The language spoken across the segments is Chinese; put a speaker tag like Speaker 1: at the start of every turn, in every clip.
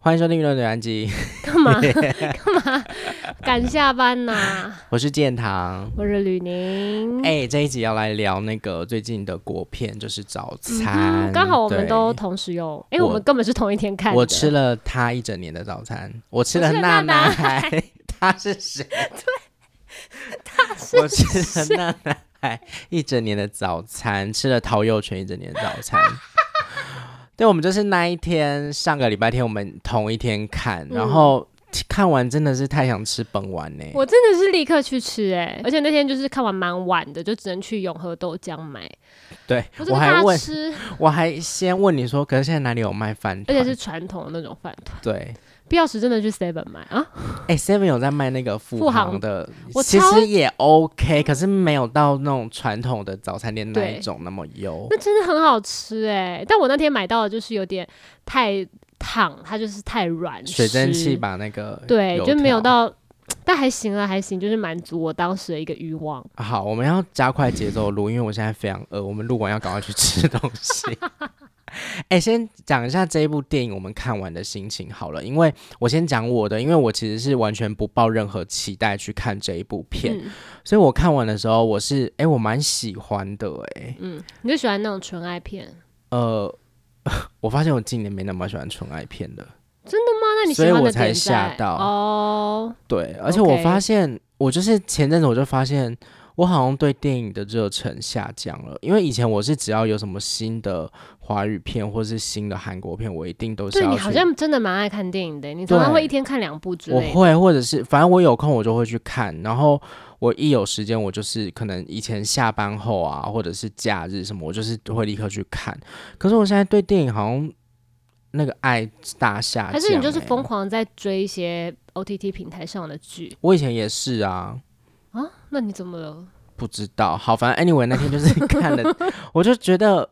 Speaker 1: 欢迎收听娱乐的安 吉，
Speaker 2: 干嘛干嘛赶下班呐、
Speaker 1: 我是建堂。
Speaker 2: 我是吕宁。
Speaker 1: 哎、这一集要来聊那个最近的国片，就是早餐。
Speaker 2: 嗯，刚好我们
Speaker 1: 对
Speaker 2: 都同时有，哎、我
Speaker 1: 我
Speaker 2: 们根本是同一天看的。
Speaker 1: 我吃了他一整年的早餐，我吃了
Speaker 2: 我吃了
Speaker 1: 娜
Speaker 2: 娜
Speaker 1: 娜
Speaker 2: 娜
Speaker 1: 海， 他是谁？对，他是我吃了娜娜海一整年的早餐，吃了陶幼全一整年的早 餐。对，我们就是那一天，上个礼拜天我们同一天看，
Speaker 2: 嗯
Speaker 1: 然后看完真的是太想吃本丸呢、
Speaker 2: 我真的是立刻去吃哎、而且那天就是看完蛮晚的，就只能去永和豆浆买。
Speaker 1: 对
Speaker 2: 我，真
Speaker 1: 我
Speaker 2: 的
Speaker 1: 还
Speaker 2: 大
Speaker 1: 问，
Speaker 2: 吃，
Speaker 1: 我还先问你说，可是现在哪里有卖饭
Speaker 2: 而
Speaker 1: 团？
Speaker 2: 且是传统的那种饭 团。
Speaker 1: 对，
Speaker 2: 必要时真的去 Seven 买啊，
Speaker 1: 哎、s e v e n 有在卖那个
Speaker 2: 富
Speaker 1: 富
Speaker 2: 航
Speaker 1: 航的，
Speaker 2: 我
Speaker 1: 其
Speaker 2: 超
Speaker 1: 实也 OK，可是没有到那种传统的早餐店那一
Speaker 2: 对
Speaker 1: 种那么油。
Speaker 2: 那真的很好吃哎、但我那天买到的就是有点太烫，它就是太软，
Speaker 1: 水蒸气
Speaker 2: 吧。
Speaker 1: 把那个
Speaker 2: 对，
Speaker 1: 油
Speaker 2: 就没有
Speaker 1: 条
Speaker 2: 到，但还行啊，还行，就是满足我当时的一个欲望。
Speaker 1: 好，我们要加快节奏录，因为我现在非常饿，我们录完要赶快去吃东西。 哎、先讲一下这一部电影我们看完的心情好了，因为我先讲我的，因为我其实是完全不抱任何期待去看这一部片，
Speaker 2: 嗯
Speaker 1: 所以我看完的时候我是哎、我蛮喜欢的哎、
Speaker 2: 嗯，你就喜欢那种纯爱片？
Speaker 1: 呃，我发现我近年没那么喜欢纯爱片的，
Speaker 2: 那那你喜
Speaker 1: 所以
Speaker 2: 欢
Speaker 1: 我
Speaker 2: 的
Speaker 1: 才
Speaker 2: 点
Speaker 1: 吓
Speaker 2: 在
Speaker 1: 到
Speaker 2: 哦，
Speaker 1: 对，而且我
Speaker 2: OK
Speaker 1: 发现我就是前阵子我就发现，我好像对电影的热忱下降了，因为以前我是只要有什么新的华语片或是新的韩国片，我一定都是
Speaker 2: 对
Speaker 1: 要
Speaker 2: 你
Speaker 1: 去
Speaker 2: 好像真的蛮爱看电影的，你常常
Speaker 1: 对
Speaker 2: 会一天看两部之
Speaker 1: 我
Speaker 2: 类的。
Speaker 1: 会，或者是反正我有空我就会去看，然后我一有时间，我就是可能以前下班后啊，或者是假日什么，我就是会立刻去看。可是我现在对电影好像那个爱大下降、欸，
Speaker 2: 还是你就是疯狂在追一些 OTT 平台上的剧
Speaker 1: 我以前也是啊，
Speaker 2: 啊？那你怎么了？
Speaker 1: 不知道。好，反正 anyway 那天就是 看了，我就觉得，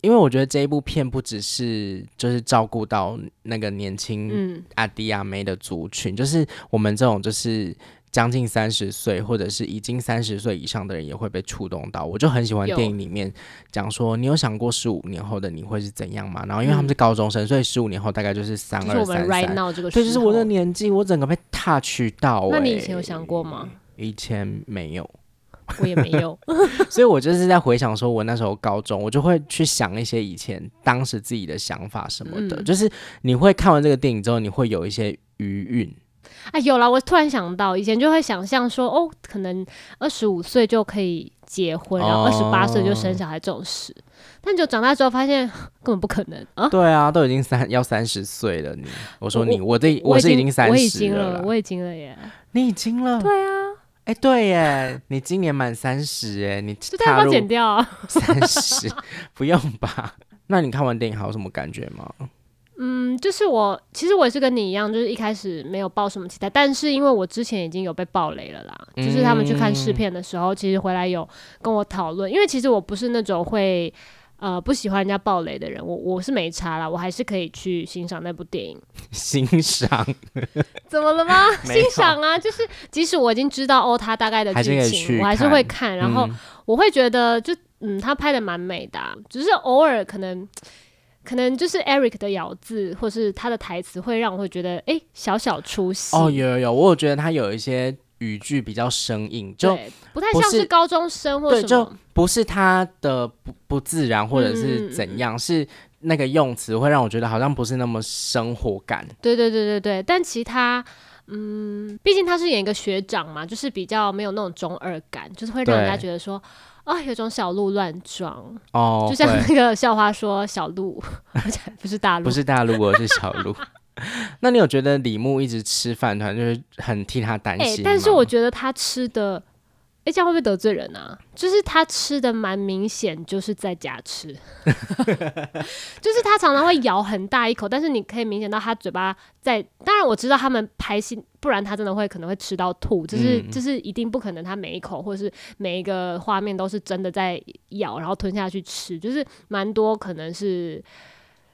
Speaker 1: 因为我觉得这一部片不只是就是照顾到那个年轻
Speaker 2: 嗯，
Speaker 1: 阿迪阿妹的族群，就是我们这种就是。将近三十岁，或者是已经三十岁以上的人也会被触动到。我就很喜欢
Speaker 2: 有
Speaker 1: 电影里面讲说，你有想过十五年后的你会是怎样吗？然后因为他们
Speaker 2: 嗯
Speaker 1: 是高中生，所以十五年后大概就是三
Speaker 2: 就是
Speaker 1: 二
Speaker 2: 我们
Speaker 1: 三
Speaker 2: right
Speaker 1: 三，
Speaker 2: now 这个时
Speaker 1: 对，
Speaker 2: 候。
Speaker 1: 就是我的年纪，我整个被 touch 到、欸。
Speaker 2: 那你以前有想过吗？
Speaker 1: 以前没有，
Speaker 2: 我也没 有。
Speaker 1: 所以我就是在回想，说我那时候高中，我就会去想一些以前当时自己的想法什么的。
Speaker 2: 嗯
Speaker 1: 就是你会看完这个电影之后，你会有一些余韵。
Speaker 2: 啊，有啦，我突然想到，以前就会想象说，哦，可能二十五岁就可以结婚，然后
Speaker 1: 哦
Speaker 2: 二十八岁就生小孩这种事，但就长大之后发现根本不可能啊！
Speaker 1: 对啊，都已经三要三十岁了，你我说你，我这
Speaker 2: 我
Speaker 1: 是
Speaker 2: 已
Speaker 1: 经三
Speaker 2: 我已
Speaker 1: 十
Speaker 2: 经
Speaker 1: 啦
Speaker 2: 了，我已经了耶！
Speaker 1: 你已经了，
Speaker 2: 对啊，
Speaker 1: 哎、对耶，你今年满三十哎，你
Speaker 2: 这段要
Speaker 1: 踏
Speaker 2: 不要剪
Speaker 1: 入
Speaker 2: 掉啊？
Speaker 1: 三十，不用吧？ 那你看完电影还有什么感觉 吗？
Speaker 2: 嗯，就是我，其实我也是跟你一样，就是一开始没有抱什么期待，但是因为我之前已经有被爆雷了啦，
Speaker 1: 嗯
Speaker 2: 就是他们去看试片的时候，其实回来有跟我讨论，因为其实我不是那种会呃不喜欢人家爆雷的人，我我是没差啦，我还是可以去欣赏那部电影。
Speaker 1: 欣赏
Speaker 2: 怎么了吗？
Speaker 1: 没有
Speaker 2: 欣赏啊，就是即使我已经知道哦，他大概的
Speaker 1: 还是可
Speaker 2: 剧
Speaker 1: 以去
Speaker 2: 情，我还是
Speaker 1: 看
Speaker 2: 会看，然后
Speaker 1: 嗯
Speaker 2: 我会觉得就嗯，他拍的蛮美的啊、只是偶尔可能。可能就是 Eric 的咬字，或是他的台词，会让我会觉得，哎、小小出戏
Speaker 1: 哦，有有有，我有觉得他有一些语句比较生硬，就
Speaker 2: 对，不太
Speaker 1: 不
Speaker 2: 像
Speaker 1: 是
Speaker 2: 是高中生或
Speaker 1: 对
Speaker 2: 什
Speaker 1: 就
Speaker 2: 么，
Speaker 1: 不是他的不不自然，或者
Speaker 2: 嗯嗯
Speaker 1: 是
Speaker 2: 嗯
Speaker 1: 怎样，是那个用词会让我觉得好像不是那么生活感。
Speaker 2: 对对对对对。但其他，嗯，毕竟他是演一个学长嘛，就是比较没有那种中二感，就是会让人家
Speaker 1: 对
Speaker 2: 觉得说，啊、有种小鹿乱撞。
Speaker 1: 哦，
Speaker 2: 就像
Speaker 1: 会
Speaker 2: 那个笑话说小鹿， 而且不是大鹿，
Speaker 1: 不是大陆， 我是小鹿。那你有觉得李牧一直吃饭团，就是很替他担
Speaker 2: 哎、
Speaker 1: 心吗、
Speaker 2: 但是我觉得他吃的，哎、这样会不会得罪人啊？就是他吃的蛮明显，就是在家吃， 就是他常常会咬很大一口，但是你可以明显到他嘴巴在。当然我知道他们拍戏，不然他真的会可能会吃到吐，就是、
Speaker 1: 嗯
Speaker 2: 就是一定不可能，他每一口或是每一个画面都是真的在咬，然后吞下去吃，就是蛮多可能是。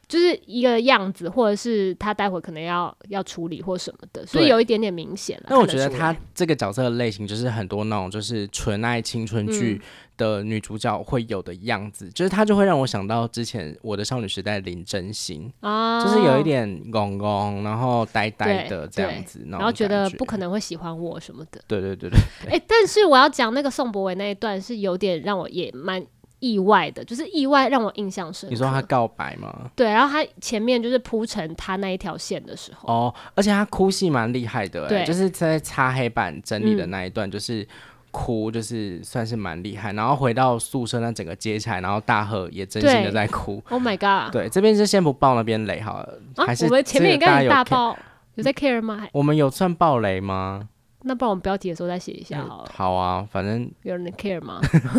Speaker 2: 就是一个样子，或者是他待会可能要要处理或什么的，所以
Speaker 1: 对
Speaker 2: 有一点点明显了。
Speaker 1: 那我觉
Speaker 2: 看
Speaker 1: 得
Speaker 2: 出
Speaker 1: 她
Speaker 2: 来
Speaker 1: 这个角色的类型就是很多那种就是纯爱青春
Speaker 2: 嗯
Speaker 1: 剧的女主角会有的样子，就是她就会让我想到之前我的少女时代林真心，
Speaker 2: 啊，
Speaker 1: 就是有一，点公公，然后呆呆
Speaker 2: 对
Speaker 1: 的这样
Speaker 2: 对
Speaker 1: 子，
Speaker 2: 然后
Speaker 1: 觉
Speaker 2: 觉得不可。能会喜欢我什么的。
Speaker 1: 对对对对，
Speaker 2: 哎、但是我要讲那个宋博伟那一段是有点让我也蛮意外的，就是意外让我印象深刻。
Speaker 1: 你说她告白吗？
Speaker 2: 对，然后他前面就是铺成他那一条线的时候，
Speaker 1: 哦，而且她哭戏蛮厉害的、欸，
Speaker 2: 对
Speaker 1: 就是在擦黑板整理的
Speaker 2: 嗯
Speaker 1: 那一段，就是哭，就是算是蛮厉害。然后回到宿舍那整个接起来，然后大贺也真心的
Speaker 2: 对
Speaker 1: 在哭。
Speaker 2: Oh my god！
Speaker 1: 对，这边就先不爆那边雷好了，
Speaker 2: 啊
Speaker 1: 还，是
Speaker 2: 我们前面
Speaker 1: 这
Speaker 2: 应
Speaker 1: 个
Speaker 2: 该有
Speaker 1: 大
Speaker 2: 大
Speaker 1: 家有 care-
Speaker 2: 爆，有在 care 吗？还
Speaker 1: 我们有算爆雷吗？
Speaker 2: 那不然我们标题的时候再写一下好了。
Speaker 1: 好啊，反正
Speaker 2: 有人 care 吗？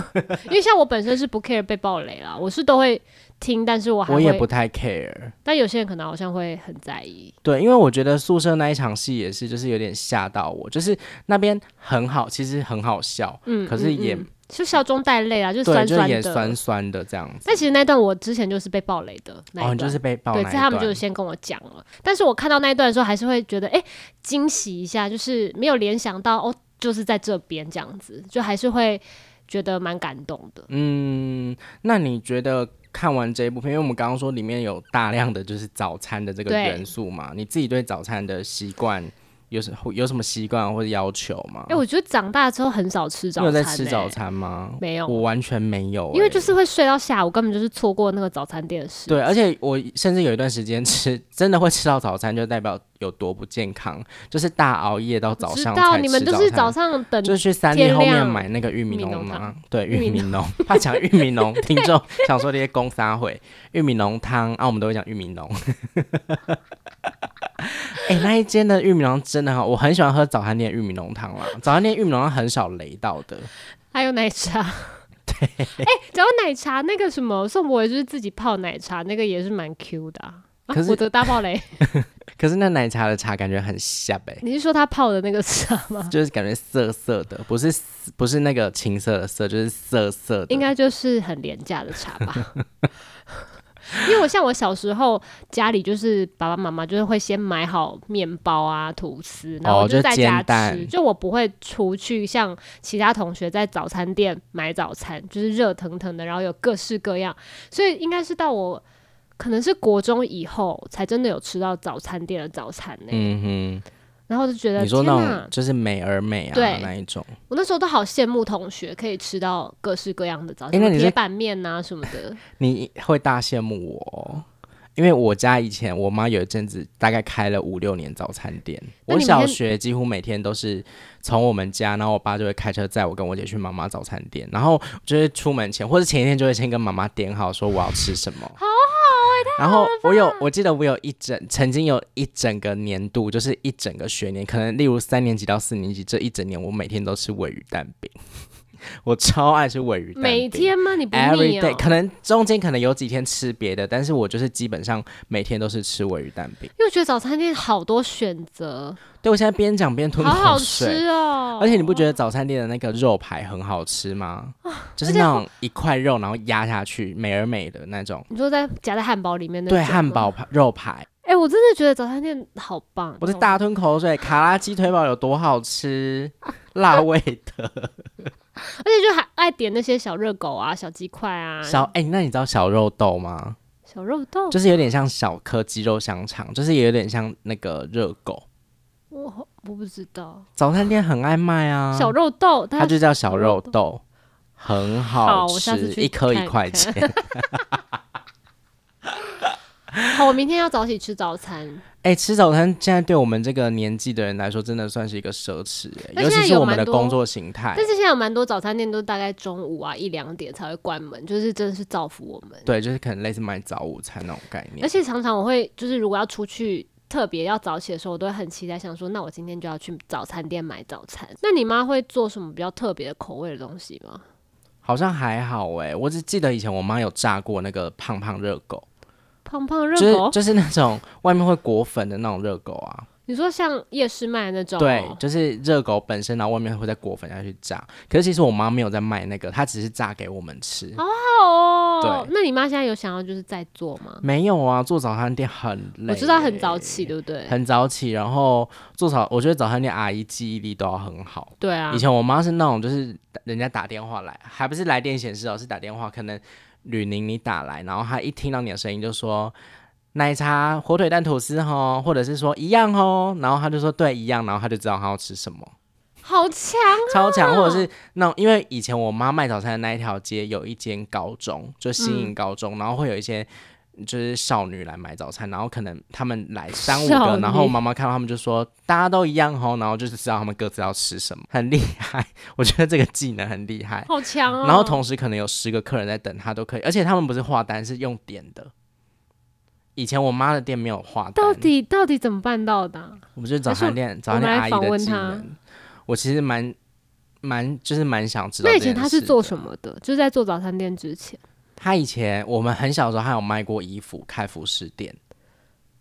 Speaker 2: 因为像我本身是不 care 被爆雷啦，我是都会听，但是我哦还
Speaker 1: 我
Speaker 2: 会，
Speaker 1: 也不太 care。
Speaker 2: 但有些人可能好像会很在意。
Speaker 1: 对，因为我觉得宿舍那一场戏也是，就是有点吓到我，就是那边很好，其实很好笑，
Speaker 2: 嗯，
Speaker 1: 可是
Speaker 2: 嗯
Speaker 1: 也
Speaker 2: 嗯就笑中带泪啊，就是
Speaker 1: 对，
Speaker 2: 酸
Speaker 1: 就是
Speaker 2: 酸
Speaker 1: 也
Speaker 2: 的。
Speaker 1: 酸酸的这样子。
Speaker 2: 但其实那段我之前就是被爆雷的那一
Speaker 1: 哦，
Speaker 2: 段，
Speaker 1: 你就是被爆
Speaker 2: 对，
Speaker 1: 那
Speaker 2: 这
Speaker 1: 一
Speaker 2: 他们
Speaker 1: 段
Speaker 2: 就先跟我讲了。但是我看到那一段的时候，还是会觉得哎惊喜一下，就是没有联想到哦，就是在这边这样子，就还是会觉得蛮感动的。
Speaker 1: 嗯，那你觉得看完这一部片，因为我们刚刚说里面有大量的就是早餐的这个
Speaker 2: 对
Speaker 1: 元素嘛，你自己对早餐的习惯有什有什么习惯或者要求吗？
Speaker 2: 哎、我觉得长大之后很少吃早
Speaker 1: 你有
Speaker 2: 餐、
Speaker 1: 在吃
Speaker 2: 欸
Speaker 1: 早？餐吗？
Speaker 2: 没有，
Speaker 1: 我完全没有欸、
Speaker 2: 因为就是会睡到下午，根本就是错过那个早餐店的时间。
Speaker 1: 对，而且我甚至有一段时间吃，真的会吃到早餐，就代表有多不健康，就是大熬夜到早
Speaker 2: 我知
Speaker 1: 上
Speaker 2: 道
Speaker 1: 才
Speaker 2: 你
Speaker 1: 吃
Speaker 2: 们都是早上等
Speaker 1: 就是去三
Speaker 2: 天
Speaker 1: 立后面
Speaker 2: 亮
Speaker 1: 买那个玉米
Speaker 2: 米
Speaker 1: 浓
Speaker 2: 浓
Speaker 1: 吗
Speaker 2: 汤？
Speaker 1: 对，
Speaker 2: 玉
Speaker 1: 玉
Speaker 2: 米
Speaker 1: 米浓。 他讲玉米浓，听 众想说这些公三会玉米浓汤啊，我们都会讲玉米浓。哎、那一间的玉米浓真的好，我很喜欢喝早餐店的玉米浓汤啦。早餐店玉米浓汤很少雷到的，
Speaker 2: 还有 奶茶。对，哎、讲到奶茶，那个什么宋博伟就是自己泡奶茶，那个也是蛮 Q 的啊、啊
Speaker 1: 可是
Speaker 2: 我的大爆雷，
Speaker 1: 可是那奶茶的茶感觉很下呗、
Speaker 2: 你是说他泡的那个茶吗？
Speaker 1: 就是感觉涩涩的，不是不是那个青涩的涩，就是涩涩的。
Speaker 2: 应该就是很廉价的茶吧。 因为我像我小时候家里就是爸爸妈妈就是会先买好面包啊吐司，然后我
Speaker 1: 哦就
Speaker 2: 在家
Speaker 1: 煎蛋
Speaker 2: 吃，就我不会出去像其他同学在早餐店买早餐，就是热腾腾的，然后有各式各样，所以应该是到我可能是国中以后才真的有吃到早餐店的早餐呢、
Speaker 1: 嗯
Speaker 2: 然后就觉
Speaker 1: 哼，
Speaker 2: 得
Speaker 1: 你说
Speaker 2: 天
Speaker 1: 那
Speaker 2: 哪
Speaker 1: 种，就是美而美啊
Speaker 2: 对
Speaker 1: 那一种。
Speaker 2: 我那时候都好羡慕同学可以吃到各式各样的早
Speaker 1: 诶
Speaker 2: 餐，
Speaker 1: 那
Speaker 2: 什么
Speaker 1: 你是
Speaker 2: 铁板面啊什么的。
Speaker 1: 你会大羡慕我哦，因为我家以前我妈有一阵子大概开了五六年早餐店，
Speaker 2: 那
Speaker 1: 我
Speaker 2: 你每天
Speaker 1: 小学几乎每天都是从我们家，然后我爸就会开车载我跟我姐去妈妈早餐店，然后就是出门前或者前一天就会先跟妈妈点好说我要吃什么，好好
Speaker 2: 欸
Speaker 1: 然后我有，我记得我有一整，曾经有一整个年度，就是一整个学年，可能例如三年级到四年级这一整年，我每天都吃鲔鱼蛋饼， 我超爱吃鲔鱼蛋饼，
Speaker 2: 每天吗？你不
Speaker 1: Every
Speaker 2: 腻哦、
Speaker 1: day，可能中间可能有几天吃别的，但是我就是基本上每天都是吃鲔鱼蛋饼。
Speaker 2: 因为我觉得早餐店好多选 择，
Speaker 1: 对我现在边讲边吞
Speaker 2: 好
Speaker 1: 口
Speaker 2: 好
Speaker 1: 水，
Speaker 2: 吃哦、
Speaker 1: 而且你不觉得早餐店的那个肉排很好吃吗？
Speaker 2: 啊
Speaker 1: 就是那种一块肉然后压下去，美而美的那种。
Speaker 2: 你说在夹在汉堡里面那
Speaker 1: 对，
Speaker 2: 种吗
Speaker 1: 汉。堡排肉排，
Speaker 2: 哎、我真的觉得早餐店好棒。哦
Speaker 1: 我是大吞口水。卡拉鸡腿堡有多好 吃？辣味的
Speaker 2: 而且就还爱点那些小热狗啊、小鸡块啊、
Speaker 1: 小哎、那你知道小肉豆吗？
Speaker 2: 小肉豆。
Speaker 1: 就是有点像小颗鸡肉香肠，就是也有点像那个热狗。
Speaker 2: 我我不知道、
Speaker 1: 早餐店很爱卖啊，
Speaker 2: 小肉豆，它
Speaker 1: 它就叫小肉
Speaker 2: 肉
Speaker 1: 豆， 很
Speaker 2: 好
Speaker 1: 好
Speaker 2: 我下次
Speaker 1: 吃，
Speaker 2: 去
Speaker 1: 一颗一
Speaker 2: 看
Speaker 1: 块
Speaker 2: 看
Speaker 1: 钱。
Speaker 2: 好，我明天要早起吃早餐。
Speaker 1: 哎、吃早餐现在对我们这个年纪的人来说，真的算是一个奢侈、欸，
Speaker 2: 但
Speaker 1: 尤
Speaker 2: 现
Speaker 1: 其
Speaker 2: 在
Speaker 1: 是
Speaker 2: 有
Speaker 1: 我们
Speaker 2: 蛮
Speaker 1: 的
Speaker 2: 多
Speaker 1: 工作形态
Speaker 2: 但。是现在有蛮多早餐店都大概中午啊一两点才会关门，就是真的是造福我们。
Speaker 1: 对，就是可能类似买早午餐那种概念
Speaker 2: 而。且常常我会就是如果要出去特别要早起的时候，我都会很期待，想说那我今天就要去早餐店买早餐。那你妈会做什么比较特别的口味的东西吗？
Speaker 1: 好像还好哎、我只记得以前我妈有炸过那个胖胖热狗，
Speaker 2: 胖胖热
Speaker 1: 就是
Speaker 2: 狗，
Speaker 1: 就是那种外面会裹粉的那种热狗啊。
Speaker 2: 你说像夜市卖的那种哦、
Speaker 1: 对，就是热狗本身，然后外面会再裹粉下去炸。可是其实我妈没有在卖那个，她只是炸给我们吃。
Speaker 2: 好哦。
Speaker 1: 对
Speaker 2: 那你妈现在有想要就是在做吗？
Speaker 1: 没有啊，做早餐店很累，
Speaker 2: 我知道很早起，，对不对？
Speaker 1: 很早起，然后做早，我觉得早餐店阿姨记忆力都要很好。
Speaker 2: 对啊
Speaker 1: 以，前我妈是那种，就是人家打电话来，还不是来电显示哦，是打电话，可能吕宁你打来，然后她一听到你的声音就说。奶茶、火腿蛋吐司哦，或者是说一样哦，然后她就说对一样，然后她就知道她要吃什么。
Speaker 2: 好强
Speaker 1: 超强，或者
Speaker 2: 啊
Speaker 1: 是那种，因为以前我妈卖早餐的那一条街有一间高中，就新营高
Speaker 2: 嗯
Speaker 1: 中，然后会有一些就是少女来买早餐，然后可能他们来三五
Speaker 2: 少
Speaker 1: 个，
Speaker 2: 女
Speaker 1: 然后我妈妈看到他们就说大家都一样哦，然后就是知道他们各自要吃什么，很厉害， 我觉得这个技能很厉害。
Speaker 2: 好强哦。
Speaker 1: 然后同时可能有十个客人在等他都可以，而且他们不是画单，是用点的。以前我妈的店没有画单，
Speaker 2: 到底到底怎么办到的啊、
Speaker 1: 我们就是早
Speaker 2: 还是
Speaker 1: 餐店早
Speaker 2: 我
Speaker 1: 餐店
Speaker 2: 们来
Speaker 1: 阿姨
Speaker 2: 访
Speaker 1: 的
Speaker 2: 问
Speaker 1: 技
Speaker 2: 她
Speaker 1: 能。我其实蛮蛮就是蛮想知道这
Speaker 2: 那以
Speaker 1: 件事的。
Speaker 2: 前她是做什么的？就是在做早餐店之前，
Speaker 1: 她以前我们很小的时候，她有卖过衣服，开服饰店。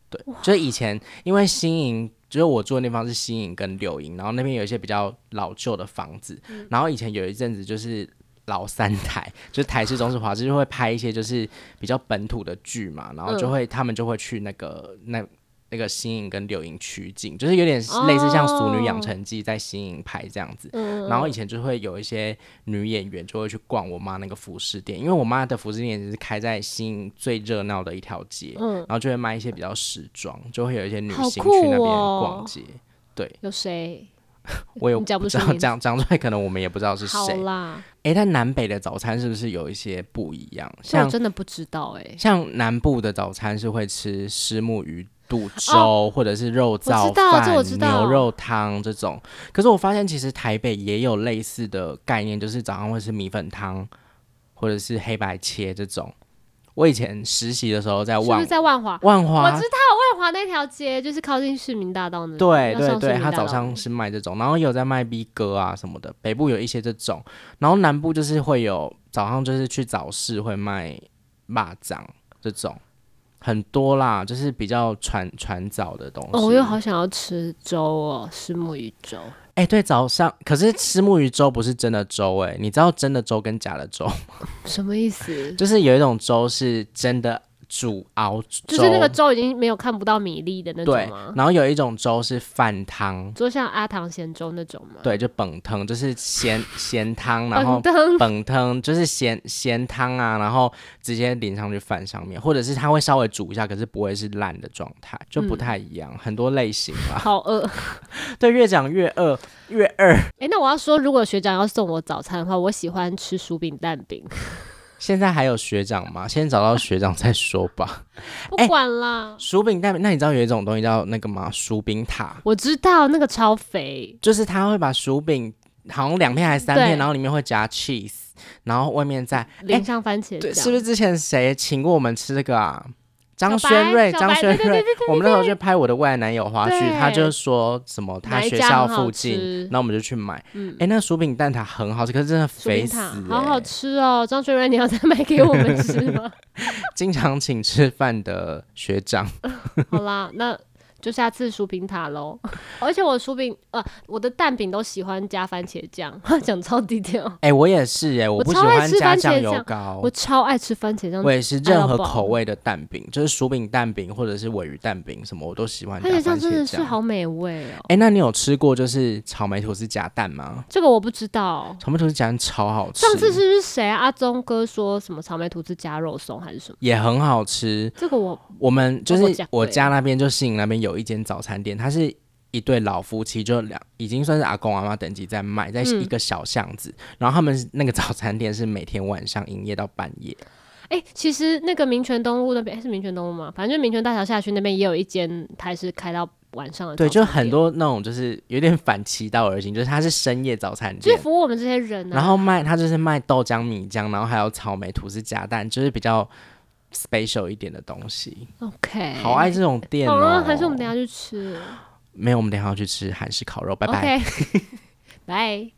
Speaker 1: 对，就是以前因为新营，就是我住的地方是新营跟柳营，然后那边有一些比较老旧的房子，然后以前有一阵子就是。老三台 就是台式、中式、华式，就会拍一些就是比较本土的剧嘛，然后就会、他们就会去那个那那个新营跟柳营取景，就是有点类似像《俗女养成记》在新营拍这样子。
Speaker 2: 嗯
Speaker 1: 然后以前就会有一些女演员就会去逛我妈那个服饰店，因为我妈的服饰店就是开在新营最热闹的一条街，然后就会卖一些比较时装，就会有一些女
Speaker 2: 嗯好
Speaker 1: 星
Speaker 2: 酷
Speaker 1: 去那边
Speaker 2: 哦
Speaker 1: 逛街。对
Speaker 2: 有谁？
Speaker 1: 我也
Speaker 2: 你讲不
Speaker 1: 不
Speaker 2: 出
Speaker 1: 知道
Speaker 2: 名字
Speaker 1: 讲讲出来，可能我们也不知道是
Speaker 2: 好
Speaker 1: 谁。
Speaker 2: 啦，
Speaker 1: 诶，但南北的早餐是不是有一些不一样？
Speaker 2: 这我
Speaker 1: 像
Speaker 2: 真的不知道哎、
Speaker 1: 像南部的早餐是会吃虱目鱼肚粥，或者是肉
Speaker 2: 哦我
Speaker 1: 燥
Speaker 2: 知道这我
Speaker 1: 饭
Speaker 2: 知、道
Speaker 1: 牛肉汤这种。可是我发现其实台北也有类似的概念，就是早上会吃米粉汤，或者是黑白切这种。我以前实习的时候在
Speaker 2: 是不
Speaker 1: 万
Speaker 2: 是在万华？
Speaker 1: 万
Speaker 2: 我
Speaker 1: 华
Speaker 2: 知，道万华那条街就是靠近市民大道那里。
Speaker 1: 对
Speaker 2: 要
Speaker 1: 对
Speaker 2: 上市
Speaker 1: 对，
Speaker 2: 民
Speaker 1: 他
Speaker 2: 大
Speaker 1: 早
Speaker 2: 道
Speaker 1: 上是卖这种，然后也有在卖 B 哥啊什么的。北部有一些这种，然后南部就是会有早上就是去早市会卖蚂蚱这种，很多啦，就是比较传传早的东西。
Speaker 2: 哦，我又好想要吃粥哦，石木鱼粥。
Speaker 1: 哎、对，早上可是吃木鱼粥不是真的粥哎、你知道真的粥跟假的粥，
Speaker 2: 什么意思？
Speaker 1: 就是有一种粥是真的煮熬粥，
Speaker 2: 就是那个粥已经没有看不到米粒的那
Speaker 1: 对
Speaker 2: 种吗，？嗯
Speaker 1: 然后有一种粥是饭汤。
Speaker 2: 就像阿唐咸粥那种吗？
Speaker 1: 对，就本汤就是咸咸汤， 然后
Speaker 2: 灯
Speaker 1: 本汤就是咸咸汤啊，然后直接淋上去饭上面，或者是它会稍微煮一下，可是不会是烂的状态，就不太一样，很多类型啦。
Speaker 2: 好饿。
Speaker 1: 对，越讲越饿，越饿。
Speaker 2: 哎、那我要说，如果学长要送我早餐的话，我喜欢吃薯饼蛋饼，
Speaker 1: 现在还有学长吗？先找到学长再说吧。
Speaker 2: 不
Speaker 1: 哎
Speaker 2: 管啦。
Speaker 1: 薯饼蛋饼，那你知道有一种东西叫那个吗？薯饼塔，
Speaker 2: 我知道那个超肥，
Speaker 1: 就是他会把薯饼好像两片还是三
Speaker 2: 对
Speaker 1: 片，然后里面会夹 cheese，然后外面再
Speaker 2: 淋上番茄
Speaker 1: 哎对，
Speaker 2: 酱，
Speaker 1: 是不是之前谁请过我们吃这个啊？张轩
Speaker 2: 小白
Speaker 1: 瑞，
Speaker 2: 小
Speaker 1: 张
Speaker 2: 白
Speaker 1: 轩
Speaker 2: 对对
Speaker 1: 瑞，我们那时候去拍我的未来男友花絮，他
Speaker 2: 对
Speaker 1: 就说什么他
Speaker 2: 哪一
Speaker 1: 学
Speaker 2: 家
Speaker 1: 校
Speaker 2: 很好
Speaker 1: 附近
Speaker 2: 吃，
Speaker 1: 那我们就去买。
Speaker 2: 嗯
Speaker 1: 哎，那个薯饼蛋挞很好吃，可是真的
Speaker 2: 薯
Speaker 1: 肥
Speaker 2: 饼
Speaker 1: 死
Speaker 2: 塔
Speaker 1: 欸，
Speaker 2: 好好吃哦。张学仁，你要再买给我们吃吗？
Speaker 1: 经常请吃饭的学长，
Speaker 2: 好啦，那就下次薯饼塔喽。而且我薯饼呃，我的蛋饼都喜欢加番茄酱， 讲超低调。
Speaker 1: 哎，我也是哎，我
Speaker 2: 我
Speaker 1: 不喜
Speaker 2: 超爱
Speaker 1: 欢
Speaker 2: 吃
Speaker 1: 加
Speaker 2: 番茄
Speaker 1: 酱油
Speaker 2: 酱
Speaker 1: 膏
Speaker 2: 我。哎超爱吃番茄酱
Speaker 1: 我，也是
Speaker 2: 爱
Speaker 1: 任
Speaker 2: 到
Speaker 1: 何
Speaker 2: 爆
Speaker 1: 口味的蛋饼，就是薯饼蛋饼或者是尾鱼蛋饼什么，我都喜欢加
Speaker 2: 番茄
Speaker 1: 番
Speaker 2: 酱真
Speaker 1: 茄
Speaker 2: 的是
Speaker 1: 酱。
Speaker 2: 好美味哦。
Speaker 1: 哎，那你有吃过就是草莓吐司夹蛋吗？
Speaker 2: 这个我不知道。
Speaker 1: 草莓吐司夹蛋超好吃。
Speaker 2: 上次是不是谁啊阿忠哥说什么草莓吐司加肉松还是什么？
Speaker 1: 也很好吃。
Speaker 2: 这个我
Speaker 1: 我们就
Speaker 2: 我
Speaker 1: 是
Speaker 2: 讲
Speaker 1: 我
Speaker 2: 对
Speaker 1: 家那边，就西营那边有一间早餐店，它是一对老夫妻，就两已经算是阿公阿妈等级在卖，在
Speaker 2: 嗯
Speaker 1: 一个小巷子。然后他们那个早餐店是每天晚上营业到半夜，
Speaker 2: 哎、其实那个民权东路那边、哎诶是民权东路吗？反正就民权大桥下去那边也有一间，它是开到晚上的。
Speaker 1: 对，就很，多那种就是有点反其道而行，就是它是深夜早餐
Speaker 2: 就是
Speaker 1: 店。
Speaker 2: 服务我们这些人、啊。
Speaker 1: 然后卖，它就是卖豆浆、米浆，然后还有草莓吐司夹蛋，就是比较 special 一点的东西。
Speaker 2: OK，
Speaker 1: 好爱这种店
Speaker 2: 哎好
Speaker 1: 哦！
Speaker 2: 啊，还是我们等一下去吃。
Speaker 1: 没有，我们等一下要去吃韩式烤肉，拜拜。
Speaker 2: OK，拜。